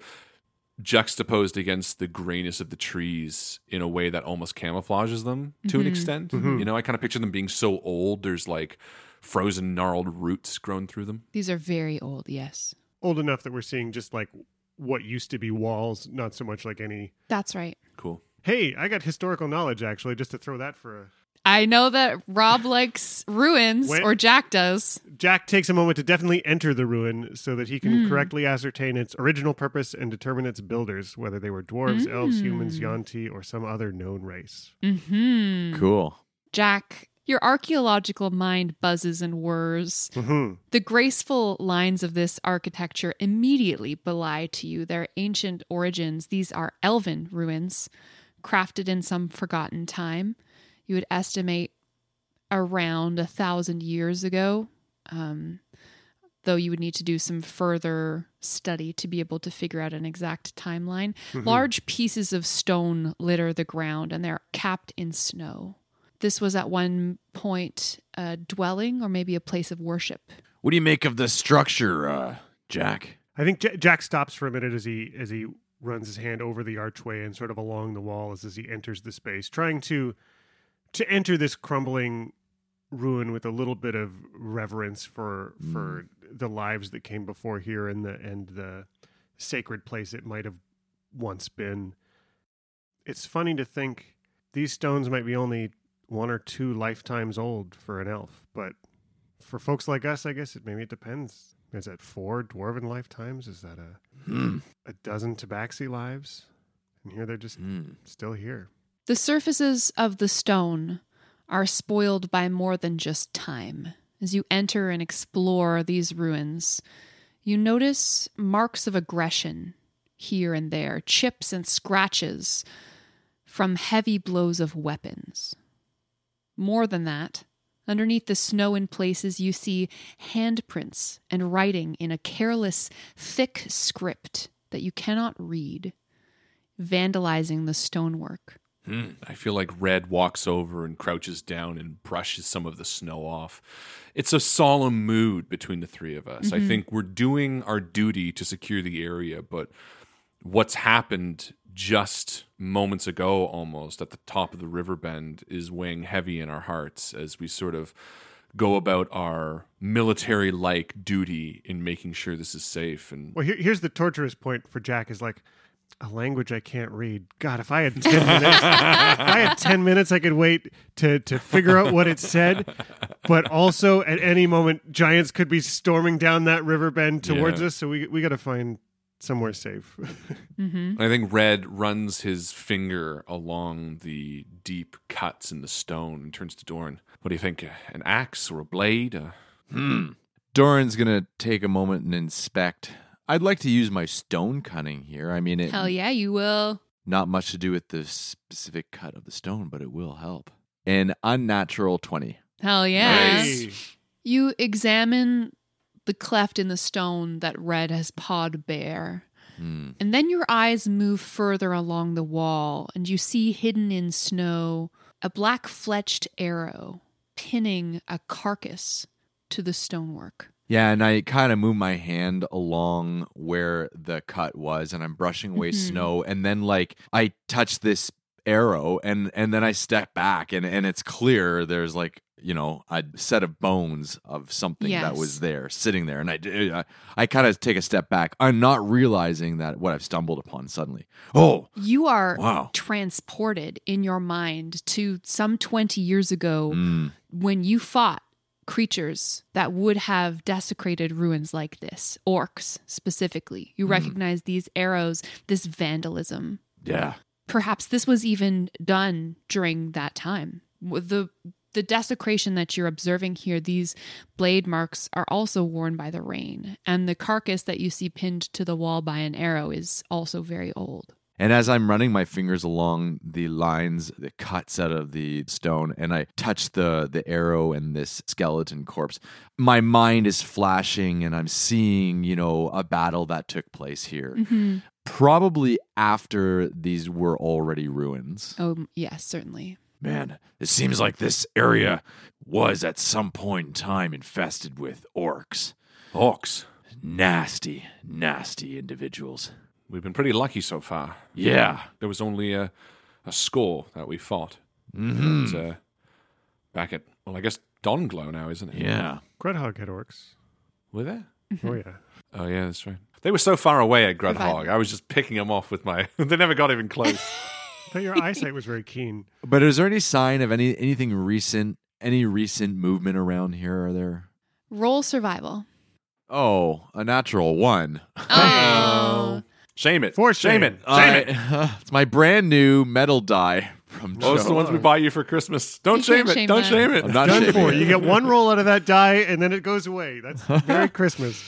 juxtaposed against the grayness of the trees in a way that almost camouflages them to an extent. You know, I kind of picture them being so old, there's like frozen, gnarled roots grown through them.
These are very old, yes.
Old enough that we're seeing just like what used to be walls, not so much like any.
That's right.
Cool.
Hey, I got historical knowledge actually, just to throw that for a.
I know that Rob likes ruins,
When-
or Jack does.
Jack takes a moment to definitely enter the ruin so that he can correctly ascertain its original purpose and determine its builders, whether they were dwarves, elves, humans, Yanti, or some other known race.
Mm-hmm.
cool.
Jack, your archaeological mind buzzes and whirs.
Mhm.
The graceful lines of this architecture immediately belie to you their ancient origins. These are elven ruins, crafted in some forgotten time. You would estimate around a thousand years ago, um, though you would need to do some further study to be able to figure out an exact timeline. Large pieces of stone litter the ground and they're capped in snow. This was at one point a dwelling or maybe a place of worship.
What do you make of the structure, uh, Jack?
I think J- Jack stops for a minute as he as he runs his hand over the archway and sort of along the wall as, as he enters the space, trying to to enter this crumbling ruin with a little bit of reverence for for the lives that came before here and the and the sacred place it might have once been. It's funny to think these stones might be only one or two lifetimes old for an elf, but for folks like us, I guess it maybe it depends. Is that four dwarven lifetimes? Is that a
Hmm,
a dozen tabaxi lives? And here they're just still here.
The surfaces of the stone are spoiled by more than just time. As you enter and explore these ruins, you notice marks of aggression here and there, chips and scratches from heavy blows of weapons. More than that, underneath the snow in places, you see handprints and writing in a careless, thick script that you cannot read, vandalizing the stonework.
Hmm. I feel like Red walks over and crouches down and brushes some of the snow off. It's a solemn mood between the three of us. I think we're doing our duty to secure the area, but what's happened just moments ago, almost at the top of the river bend, is weighing heavy in our hearts as we sort of go about our military like duty in making sure this is safe. And
Well, here, here's the torturous point for Jack is like a language I can't read. God, if I had ten minutes, if I had ten minutes, I could wait to to figure out what it said. But also, at any moment, giants could be storming down that river bend towards
Yeah.
us. So we we got to find somewhere safe.
I think Red runs his finger along the deep cuts in the stone and turns to Dorn. What do you think? An axe or a blade? Uh,
hmm. Doran's gonna take a moment and inspect. I'd like to use my stone cunning here. I mean, it
Hell yeah, you will.
not much to do with the specific cut of the stone, but it will help. An unnatural twenty.
Hell yeah.
Hey.
You examine the cleft in the stone that Red has pawed bare.
Hmm.
And then your eyes move further along the wall, and you see hidden in snow a black fletched arrow pinning a carcass to the stonework.
Yeah, and I kind of move my hand along where the cut was, and I'm brushing away snow, and then like I touch this arrow, and and then I step back, and and it's clear there's like you know a set of bones of something that
Yes.
was there sitting there, and I d- I, I kind of take a step back. I'm not realizing that what I've stumbled upon suddenly. Oh,
You are
Wow.
transported in your mind to some 20 years ago
Mm.
when you fought creatures that would have desecrated ruins like this, orcs specifically. You recognize these arrows, this vandalism.
yeah,
Perhaps this was even done during that time. With The the desecration that you're observing here, these blade marks are also worn by the rain, and the carcass that you see pinned to the wall by an arrow is also very old.
And as I'm running my fingers along the lines, the cuts out of the stone, and I touch the the arrow and this skeleton corpse, my mind is flashing, and I'm seeing, you know, a battle that took place here,
Mm.
probably after these were already ruins.
Oh, yes, certainly.
Man, it seems like this area was at some point in time infested with orcs.
Orcs.
Nasty, nasty individuals.
We've been pretty lucky so far.
Yeah.
There was only a, a score that we fought.
Mm-hmm.
And, uh, back at, well, I guess Donglow now, isn't it?
Yeah.
Grudhog had orcs.
Were there?
Oh yeah.
Oh, yeah, that's right. They were so far away at Grudhog.
Revival.
I was just picking them off with my. they never got even close.
I thought your eyesight was very keen.
But is there any sign of any anything recent? Any recent movement around here? Are there?
Roll survival.
Oh, a natural one.
Oh.
Shame it.
For
shame.
shame.
it. Shame
I-
it.
Uh, it's my brand new metal die from
Those are the
Joe.
ones we buy you for Christmas. Don't
You
shame
can't
it.
shame
Don't
that.
shame it.
I'm not
Done
shaming
for.
it.
You get one roll out of that die, and then it goes away. That's Merry Christmas.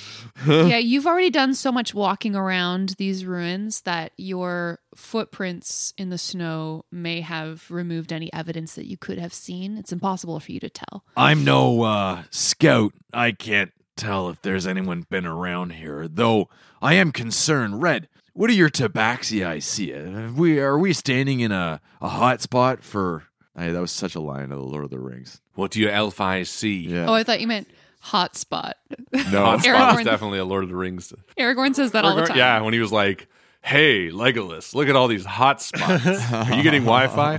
yeah, you've already done so much walking around these ruins that your footprints in the snow may have removed any evidence that you could have seen. It's impossible for you to tell.
I'm no uh, scout. I can't tell if there's anyone been around here, though I am concerned. Red, what are your tabaxi I see? Have we are we standing in a, a hot spot for Hey, that was such a line of the Lord of the Rings.
What do your elf eyes see?
Yeah.
Oh, I thought you meant hot spot.
No, Hotspot
Aragorn.
was definitely a Lord of the Rings.
Aragorn says that all the time.
Yeah, when he was like, "Hey, Legolas, look at all these hot spots. Are you getting Wi-Fi?"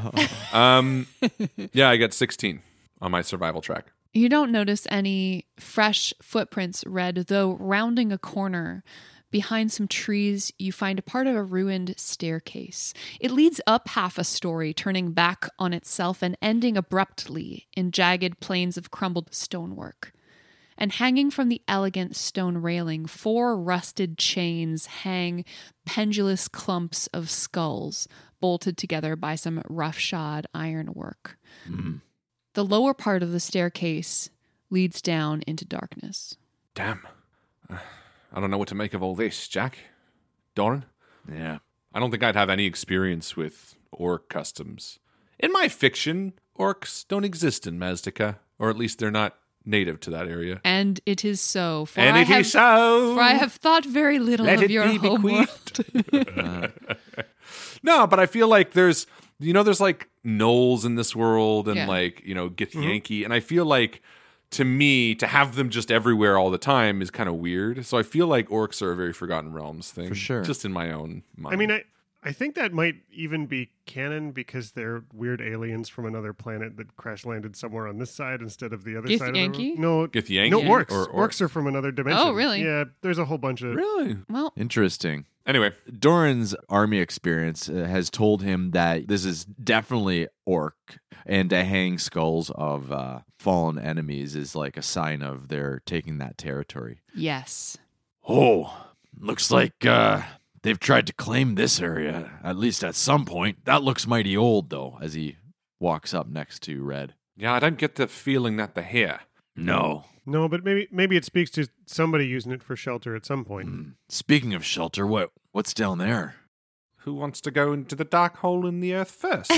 Um, yeah, I got 16 on my survival track.
You don't notice any fresh footprints, Red, though rounding a corner behind some trees, you find a part of a ruined staircase. It leads up half a story, turning back on itself and ending abruptly in jagged planes of crumbled stonework. And hanging from the elegant stone railing, four rusted chains hang pendulous clumps of skulls bolted together by some roughshod ironwork. The lower part of the staircase leads down into darkness.
Damn, I don't know what to make of all this, Jack. Doran,
Yeah.
I don't think I'd have any experience with orc customs. In my fiction, orcs don't exist in Mazdaca, or at least they're not native to that area.
And it is so. For
And
I
it
have,
is so.
For I have thought very little
Let
of
it
your
be
homeworld.
No, but I feel like there's you know there's like Knowles in this world and
Yeah.
like you know
Mm-hmm.
Githyanki, and I feel like to me to have them just everywhere all the time is kind of weird. So I feel like orcs are a very forgotten realms thing,
For sure.
Just in my own mind.
I mean, I I think that might even be canon because they're weird aliens from another planet that crash landed somewhere on this side instead of the other
Gith
side.
Yankee?
Of the, no,
Githyanki
no orcs.
or
orcs are from another dimension.
Oh, really?
Yeah, there's a whole bunch of.
really
Well,
Interesting.
anyway.
Doran's army experience uh, has told him that this is definitely orc, and to hang skulls of uh, fallen enemies is like a sign of they're taking that territory.
yes.
Oh, looks like uh, they've tried to claim this area, at least at some point. That looks mighty old, though, as he walks up next to Red.
Yeah, I don't get the feeling that they're here.
No.
No, but maybe maybe it speaks to somebody using it for shelter at some
Hmm.
point.
Speaking of shelter, what what's down there?
Who wants to go into the dark hole in the earth first?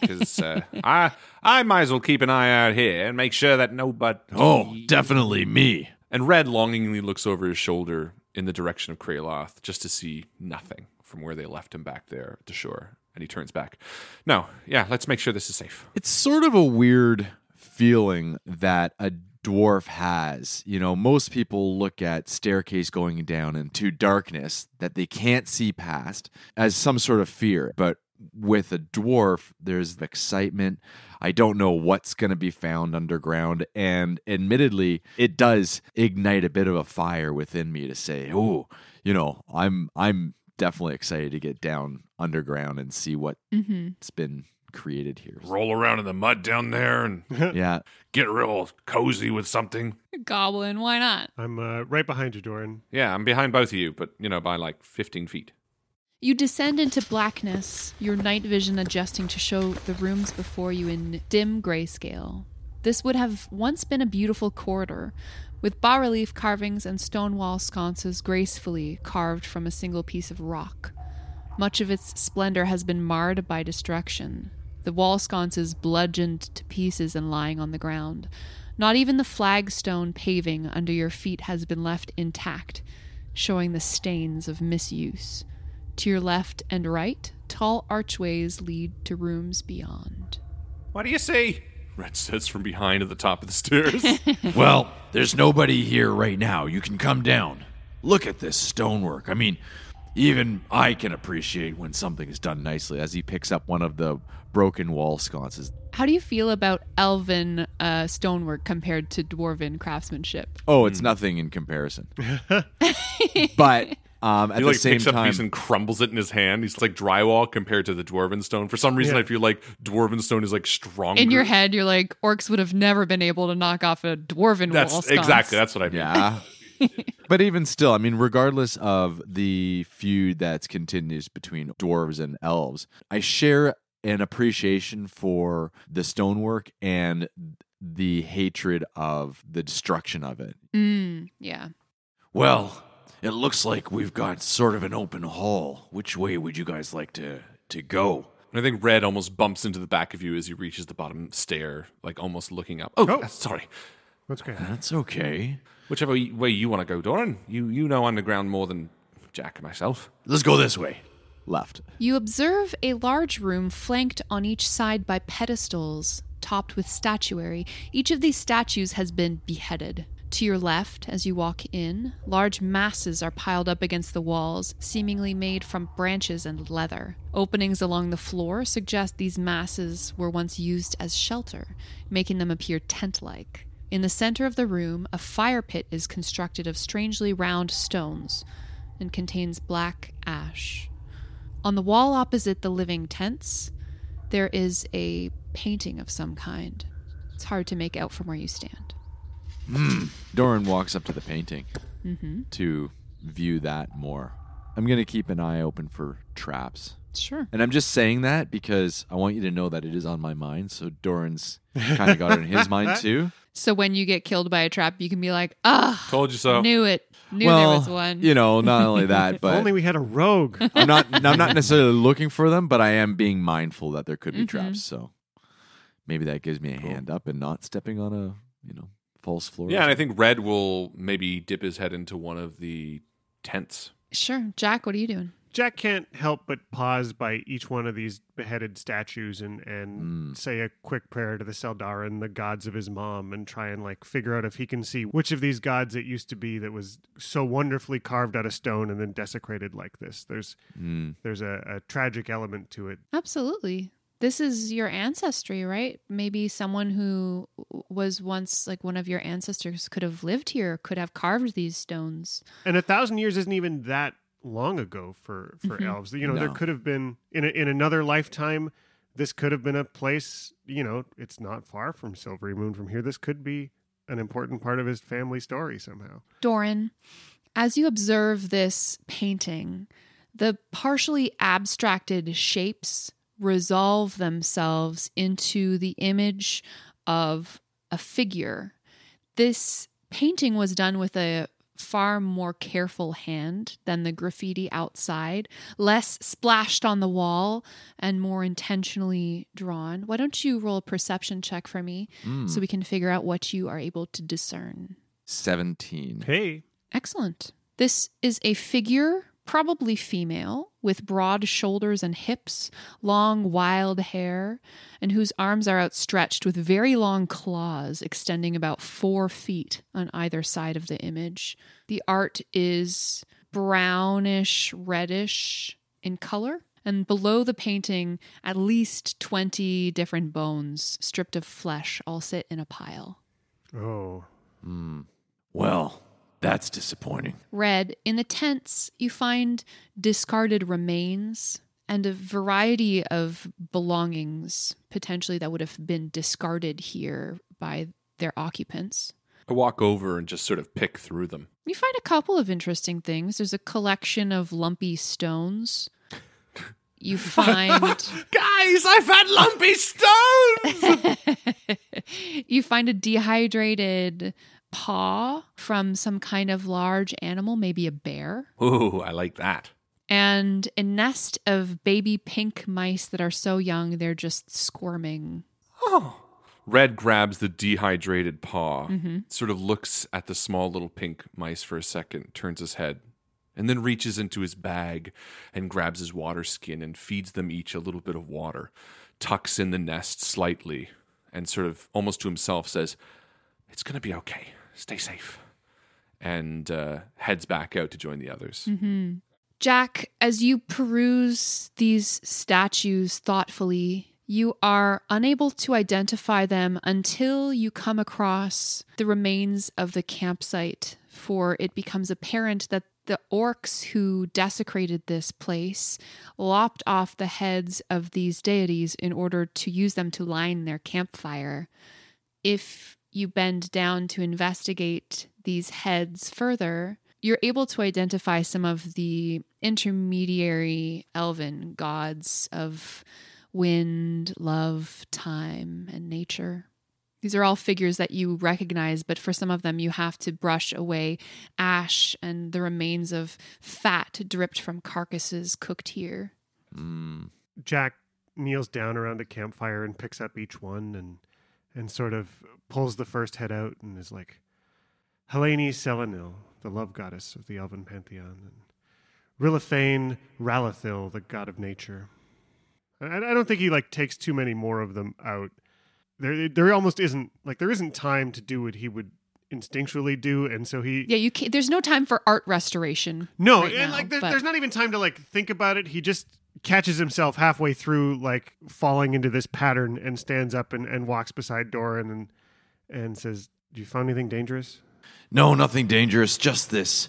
Because uh, I I might as well keep an eye out here and make sure that nobody.
Oh, definitely me.
And Red longingly looks over his shoulder in the direction of Kraloth just to see nothing from where they left him back there at the shore. And he turns back. No, yeah, let's make sure this is safe.
It's sort of a weird feeling that a dwarf has. You know, most people look at staircase going down into darkness that they can't see past as some sort of fear, but with a dwarf, there's the excitement. I don't know what's going to be found underground. And admittedly, it does ignite a bit of a fire within me to say, oh, you know, I'm, I'm definitely excited to get down underground and see what's
Mm-hmm.
been created here.
Roll around in the mud down there and
Yeah.
get real cozy with something.
Goblin, why not?
I'm uh, right behind you, Doran.
Yeah, I'm behind both of you, but, you know, by like 15 feet.
You descend into blackness, your night vision adjusting to show the rooms before you in dim grayscale. This would have once been a beautiful corridor, with bas relief carvings and stone wall sconces gracefully carved from a single piece of rock. Much of its splendor has been marred by destruction, the wall sconces bludgeoned to pieces and lying on the ground. Not even the flagstone paving under your feet has been left intact, showing the stains of misuse. To your left and right, tall archways lead to rooms beyond.
What do you see? Red says from behind at the top of the stairs.
Well, there's nobody here right now. You can come down. Look at this stonework. I mean, even I can appreciate when something's done nicely as he picks up one of the broken wall sconces.
How do you feel about elven uh, stonework compared to dwarven craftsmanship?
Oh,
Hmm.
it's nothing in comparison. but um, at
he
the
like
same
picks up a
time,
piece and crumbles it in his hand. He's like drywall compared to the dwarven stone. For some reason,
Yeah.
I feel like dwarven stone is like stronger.
In your head, you're like, orcs would have never been able to knock off a dwarven wall.
That's
sconce."
exactly. That's what I mean.
yeah. but even still, I mean, regardless of the feud that continues between dwarves and elves, I share an appreciation for the stonework and the hatred of the destruction of it.
Mm, yeah.
Well, it looks like we've got sort of an open hall. Which way would you guys like to to go?
And I think Red almost bumps into the back of you as he reaches the bottom stair, like almost looking up. Oh, sorry.
That's good.
That's okay.
Whichever way you want to go, Doran. You you know underground more than Jack and myself.
Let's go this way. Left.
You observe a large room flanked on each side by pedestals topped with statuary. Each of these statues has been beheaded. To your left, as you walk in, large masses are piled up against the walls, seemingly made from branches and leather. Openings along the floor suggest these masses were once used as shelter, making them appear tent like. In the center of the room, a fire pit is constructed of strangely round stones and contains black ash. On the wall opposite the living tents, there is a painting of some kind. It's hard to make out from where you stand.
Doran walks up to the painting
Mm-hmm.
to view that more. I'm going to keep an eye open for traps.
Sure.
And I'm just saying that because I want you to know that it is on my mind. So Doran's kind of got it in his mind too.
So when you get killed by a trap, you can be like, ah,
Told you so.
knew it. Knew there was one.
you know, not only that, but
Only we had a rogue.
I'm not I'm not necessarily looking for them, but I am being mindful that there could be
Mm-hmm.
traps. So maybe that gives me a hand up and not stepping on a you know false floor.
Yeah, and I think Red will maybe dip his head into one of the tents.
Sure. Jack, what are you doing?
Jack can't help but pause by each one of these beheaded statues and, and say a quick prayer to the Seldara and the gods of his mom and try and like figure out if he can see which of these gods it used to be that was so wonderfully carved out of stone and then desecrated like this. There's
Hmm,
there's a, a tragic element to it.
Absolutely. This is your ancestry, right? Maybe someone who was once like one of your ancestors could have lived here, could have carved these stones.
And a thousand years isn't even that long ago for for elves. You know, there
No.
could have been in a, in another lifetime. This could have been a place. You know, it's not far from Silvery Moon from here. This could be an important part of his family story somehow.
Doran, as you observe this painting, the partially abstracted shapes resolve themselves into the image of a figure. This painting was done with a far more careful hand than the graffiti outside, less splashed on the wall and more intentionally drawn. Why don't you roll a perception check for me so we can figure out what you are able to discern?
Seventeen.
Hey,
Excellent. This is a figure, probably female, with broad shoulders and hips, long wild hair, and whose arms are outstretched with very long claws extending about four feet on either side of the image. The art is brownish, reddish in color. And below the painting, at least 20 different bones stripped of flesh all sit in a pile.
oh,
Well, that's disappointing.
Red, in the tents, you find discarded remains and a variety of belongings potentially that would have been discarded here by their occupants.
I walk over and just sort of pick through them.
You find a couple of interesting things. There's a collection of lumpy stones. You find
Guys, I've had lumpy stones.
you find a dehydrated paw from some kind of large animal, maybe a bear.
Ooh, I like that.
and a nest of baby pink mice that are so young they're just squirming.
Red grabs the dehydrated paw, sort of looks at the small little pink mice for a second, turns his head, and then reaches into his bag and grabs his water skin and feeds them each a little bit of water, tucks in the nest slightly, and sort of almost to himself says, It's going to be okay. Stay safe. And uh, heads back out to join the others.
Hmm. Mm-hmm. Jack, as you peruse these statues thoughtfully, you are unable to identify them until you come across the remains of the campsite, for it becomes apparent that the orcs who desecrated this place lopped off the heads of these deities in order to use them to line their campfire. if you bend down to investigate these heads further, you're able to identify some of the intermediary elven gods of wind, love, time, and nature. These are all figures that you recognize, but for some of them, you have to brush away ash and the remains of fat dripped from carcasses cooked here.
Jack kneels down around the campfire and picks up each one and and sort of pulls the first head out and is like, Helene Selenil, the love goddess of the Elven pantheon, and Rilithane Ralathil, the god of nature. I, I don't think he like takes too many more of them out. There, there almost isn't like there isn't time to do what he would instinctually do, and so he
Yeah, you can't, there's no time for art restoration.
no,
right
and
now,
like there,
but-
there's not even time to like think about it. He just catches himself halfway through, like falling into this pattern, and stands up and, and walks beside Doran and and says, "Do you find anything dangerous?"
No, nothing dangerous. Just this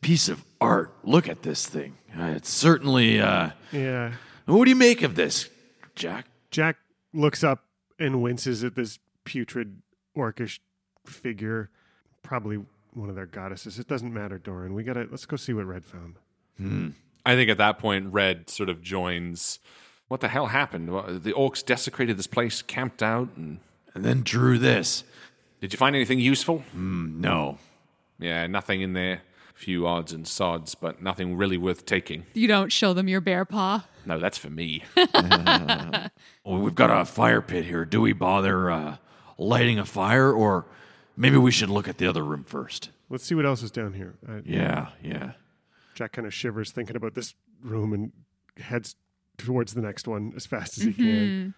piece of art. Look at this thing. Uh, it's certainly. Uh,
Yeah.
what do you make of this, Jack?
Jack looks up and winces at this putrid orcish figure, probably one of their goddesses. It doesn't matter, Doran. We gotta let's go see what Red found.
I think at that point, Red sort of joins. What the hell happened? What- The orcs desecrated this place, camped out, and
And then drew this.
did you find anything useful?
No.
Yeah, nothing in there. A few odds and sods, but nothing really worth taking.
you don't show them your bear paw.
No, that's for me.
Well, we've got a fire pit here. Do we bother uh, lighting a fire, or maybe we should look at the other room first?
Let's see what else is down here. Uh,
Yeah, yeah.
Jack kind of shivers thinking about this room and heads towards the next one as fast as
Mm-hmm.
he can.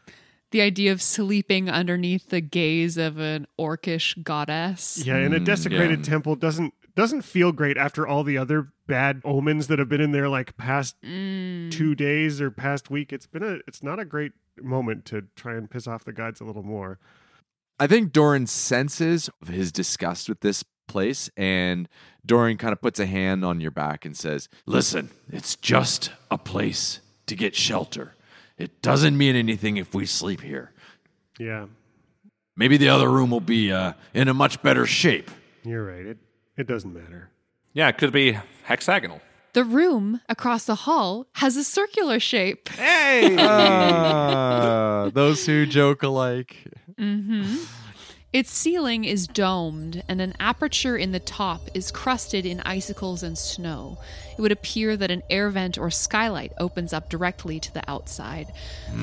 The idea of sleeping underneath the gaze of an orcish goddess.
Yeah, and a desecrated temple doesn't doesn't feel great after all the other bad omens that have been in there like past
Mm.
Mm.
two days or past week. It's been a it's not a great moment to try and piss off the gods a little more.
I think Doran senses his disgust with this place, and Doran kind of puts a hand on your back and says, Listen, it's just a place to get shelter. It doesn't mean anything if we sleep here.
Yeah,
Maybe the other room will be uh, in a much better shape.
you're right. It it doesn't matter.
yeah, it could be hexagonal.
The room across the hall has a circular shape.
Ah,
those who joke alike.
Mm-hmm. Its ceiling is domed, and an aperture in the top is crusted in icicles and snow. It would appear that an air vent or skylight opens up directly to the outside.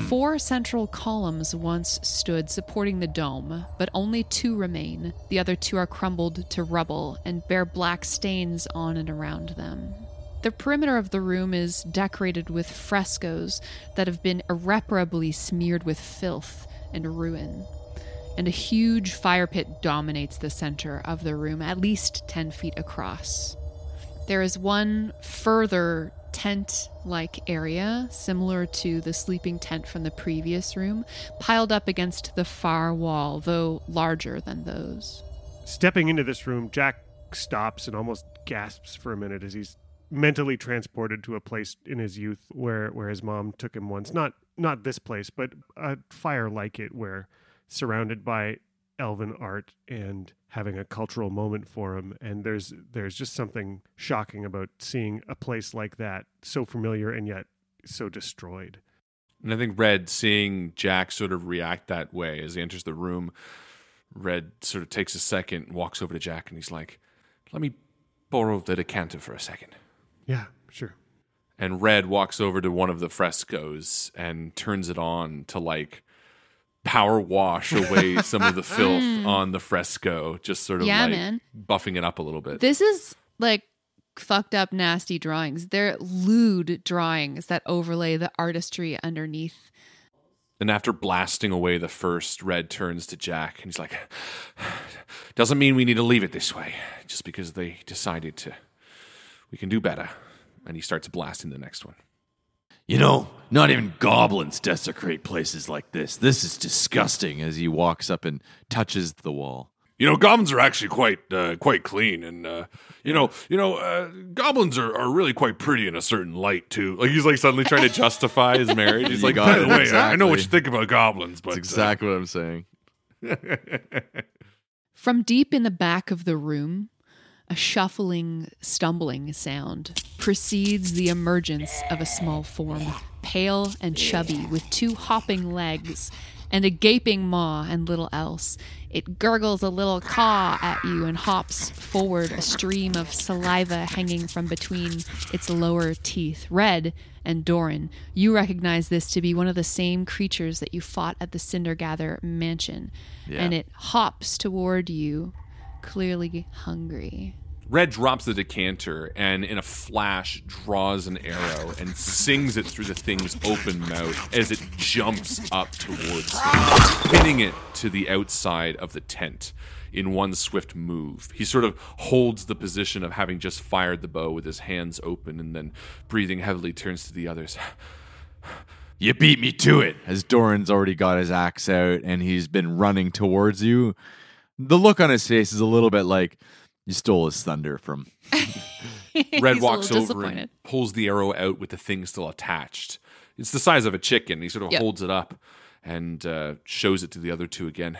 Four central columns once stood supporting the dome, but only two remain. The other two are crumbled to rubble and bear black stains on and around them. The perimeter of the room is decorated with frescoes that have been irreparably smeared with filth and ruin and a huge fire pit dominates the center of the room, at least 10 feet across. There is one further tent like area, similar to the sleeping tent from the previous room, piled up against the far wall, though larger than those.
Stepping into this room, Jack stops and almost gasps for a minute as he's mentally transported to a place in his youth where where his mom took him once. Not not this place, but a fire like it where surrounded by elven art and having a cultural moment for him and there's there's just something shocking about seeing a place like that so familiar and yet so destroyed.
And I think Red, seeing Jack sort of react that way as he enters the room, Red sort of takes a second, walks over to Jack, and he's like, Let me borrow the decanter for a second.
Yeah, sure.
And Red walks over to one of the frescoes and turns it on to like power wash away some of the filth on the fresco, just sort of
Mm. Yeah,
like
man.
buffing it up a little bit.
This is like fucked up, nasty drawings. They're lewd drawings that overlay the artistry underneath.
And after blasting away the first, Red turns to Jack and he's like, Doesn't mean we need to leave it this way, just because they decided to. We can do better. And he starts blasting the next one.
You know, not even goblins desecrate places like this. This is disgusting as he walks up and touches the wall.
You know, goblins are actually quite uh, quite clean, and uh, you know, you know, uh, goblins are, are really quite pretty in a certain light too. Like he's like suddenly trying to justify his marriage. He's
You
like,
got
by
it,
the way, I- I know what
exactly.
you think about goblins, but
That's
uh,
exactly what I'm saying.
From deep in the back of the room, a shuffling, stumbling sound precedes the emergence of a small form, pale and chubby, with two hopping legs and a gaping maw and little else. It gurgles a little caw at you and hops forward, a stream of saliva hanging from between its lower teeth. Red and Doran, you recognize this to be one of the same creatures that you fought at the Cindergather mansion, and it hops toward you, clearly hungry.
Red drops the decanter and, in a flash, draws an arrow and sings it through the thing's open mouth as it jumps up towards him, pinning it to the outside of the tent in one swift move. He sort of holds the position of having just fired the bow with his hands open and then, breathing heavily, turns to the others.
You beat me to it. As Doran's already got his axe out and he's been running towards you. The look on his face is a little bit like you stole his thunder from.
Red
He's a
walks
little
over and
disappointed.
pulls the arrow out with the thing still attached. It's the size of a chicken. He sort of
Yep.
holds it up and uh, shows it to the other two again.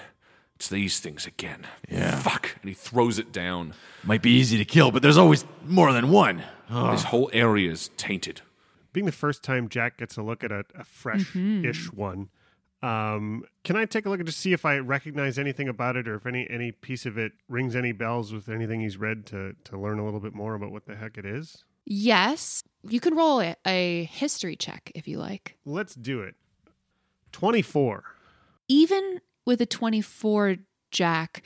It's these things again. Yeah. Fuck. And he throws it down.
Might be easy to kill, but there's always more than one.
This whole area is tainted.
Being the first time Jack gets a look at a, a fresh ish one, um, can I take a look and just see if I recognize anything about it or if any, any piece of it rings any bells with anything he's read to, to learn a little bit more about what the heck it is?
Yes, you can roll a, a history check if you like.
Let's do it. 24.
Even with a 24 jack,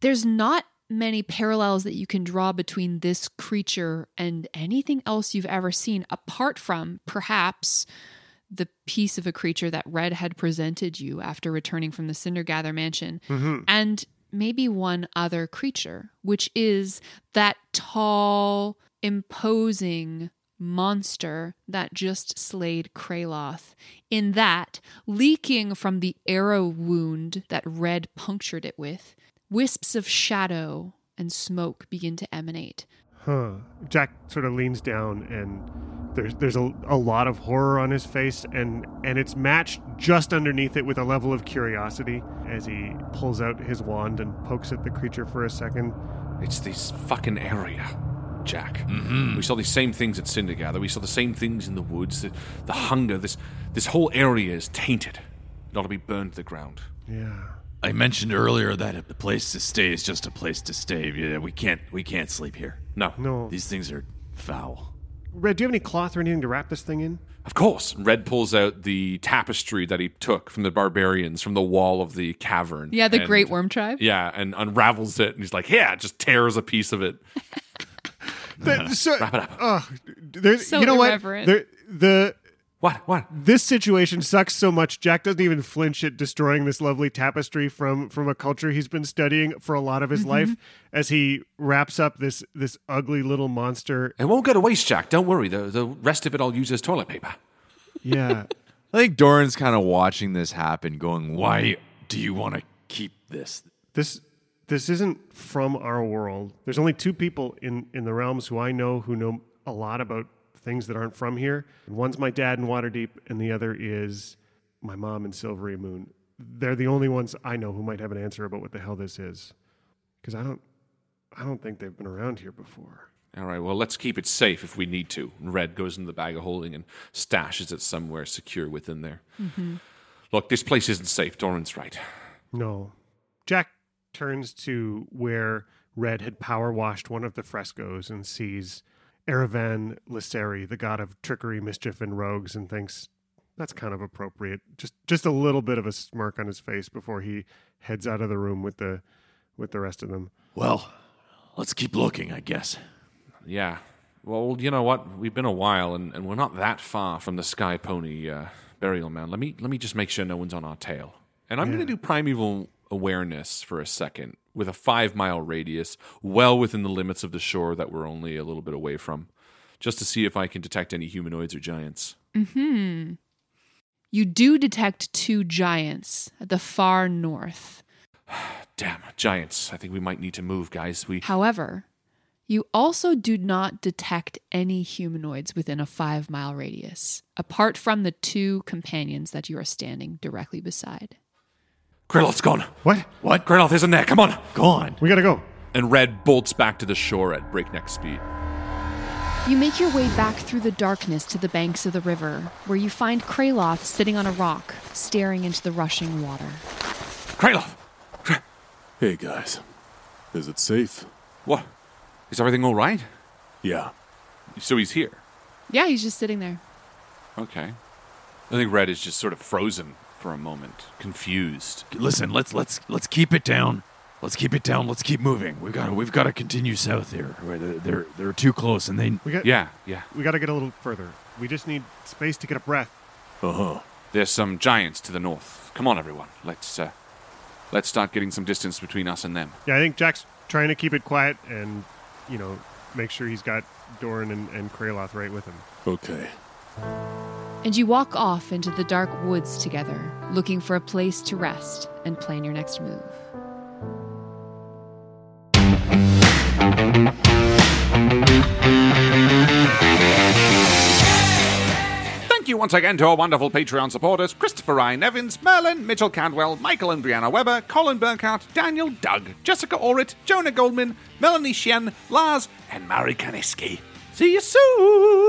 there's not many parallels that you can draw between this creature and anything else you've ever seen apart from perhaps the piece of a creature that Red had presented you after returning from the Cindergather mansion and maybe one other creature, which is that tall, imposing monster that just slayed Kraloth. In that, leaking from the arrow wound that Red punctured it with, wisps of shadow and smoke begin to emanate.
Huh. Jack sort of leans down and there's there's a, a lot of horror on his face and and it's matched just underneath it with a level of curiosity as he pulls out his wand and pokes at the creature for a second.
It's this fucking area, Jack. We saw the same things at Cindergather. We saw the same things in the woods. The, the hunger. This this whole area is tainted. It ought to be burned to the ground.
Yeah.
I mentioned earlier that if the place to stay is just a place to stay, yeah, we can't we can't sleep here.
No.
No.
These things are foul.
Red, do you have any cloth or anything to wrap this thing in?
Of course. Red pulls out the tapestry that he took from the barbarians from the wall of the cavern.
Yeah, the
and-
Great Worm Tribe.
Yeah, and unravels it, and he's like, "Yeah," just tears a piece of it.
That- so, Ugh, there's,
So
you know
irreverent.
what? There, the
What? What?
this situation sucks so much. Jack doesn't even flinch at destroying this lovely tapestry from from a culture he's been studying for a lot of his
Mm-hmm.
life. As he wraps up this this ugly little monster.
It won't go to waste, Jack. Don't worry. The the rest of it I'll use as toilet paper.
Yeah,
I think Doran's kind of watching this happen, going, "Why do you want to keep this?"
this this isn't from our world. There's only two people in in the realms who I know who know a lot about things that aren't from here. And one's my dad in Waterdeep, and the other is my mom in Silvery Moon. They're the only ones I know who might have an answer about what the hell this is, because I don't I don't think they've been around here before.
All right. Well, let's keep it safe if we need to. And Red goes into the bag of holding and stashes it somewhere secure within there.
Mm-hmm.
Look, this place isn't safe. Doran's right.
No. Jack turns to where Red had power washed one of the frescoes and sees Erevan Lisseri, the god of trickery, mischief, and rogues, and thinks that's kind of appropriate. Just just a little bit of a smirk on his face before he heads out of the room with the with the rest of them.
Well, let's keep looking, I guess.
Yeah. Well, you know what? We've been a while, and, and we're not that far from the Sky Pony uh, burial mound. Let me let me just make sure no one's on our tail. And I'm going to do primeval awareness for a second with a five mile radius, well within the limits of the shore that we're only a little bit away from, just to see if I can detect any humanoids or giants.
Hmm. You do detect two giants at the far north.
Damn, giants! I think we might need to move, guys. We
However, you also do not detect any humanoids within a five mile radius, apart from the two companions that you are standing directly beside.
Kriloff's gone.
What?
What? Kriloff isn't there. Come on.
Go on.
We gotta go.
And Red bolts back to the shore at breakneck speed.
You make your way back through the darkness to the banks of the river, where you find Kraloth sitting on a rock, staring into the rushing water.
Kraloth!
Hey guys, is it safe?
What? Is everything all right?
Yeah.
So he's here.
Yeah, he's just sitting there.
Okay. I think Red is just sort of frozen for a moment, confused.
Listen, let's let's let's keep it down. Let's keep it down. Let's keep moving. We've got to we've got to continue south here. Where they're, they're they're too close, and they
We got
Yeah, yeah.
we got to get a little further. We just need space to get a breath.
Uh huh.
There's some giants to the north. Come on, everyone. Let's uh, let's start getting some distance between us and them.
Yeah, I think Jack's trying to keep it quiet and you know make sure he's got Doran and, and Kraloth right with him.
Okay.
And you walk off into the dark woods together, looking for a place to rest and plan your next move.
Thank you once again to our wonderful Patreon supporters Christopher Ryan Evans, Merlin, Mitchell Candwell, Michael and Brianna Weber, Colin Burkhardt, Daniel Doug, Jessica Orrit, Jonah Goldman, Melanie Shen, Lars, and Mari Kaniski. See you soon!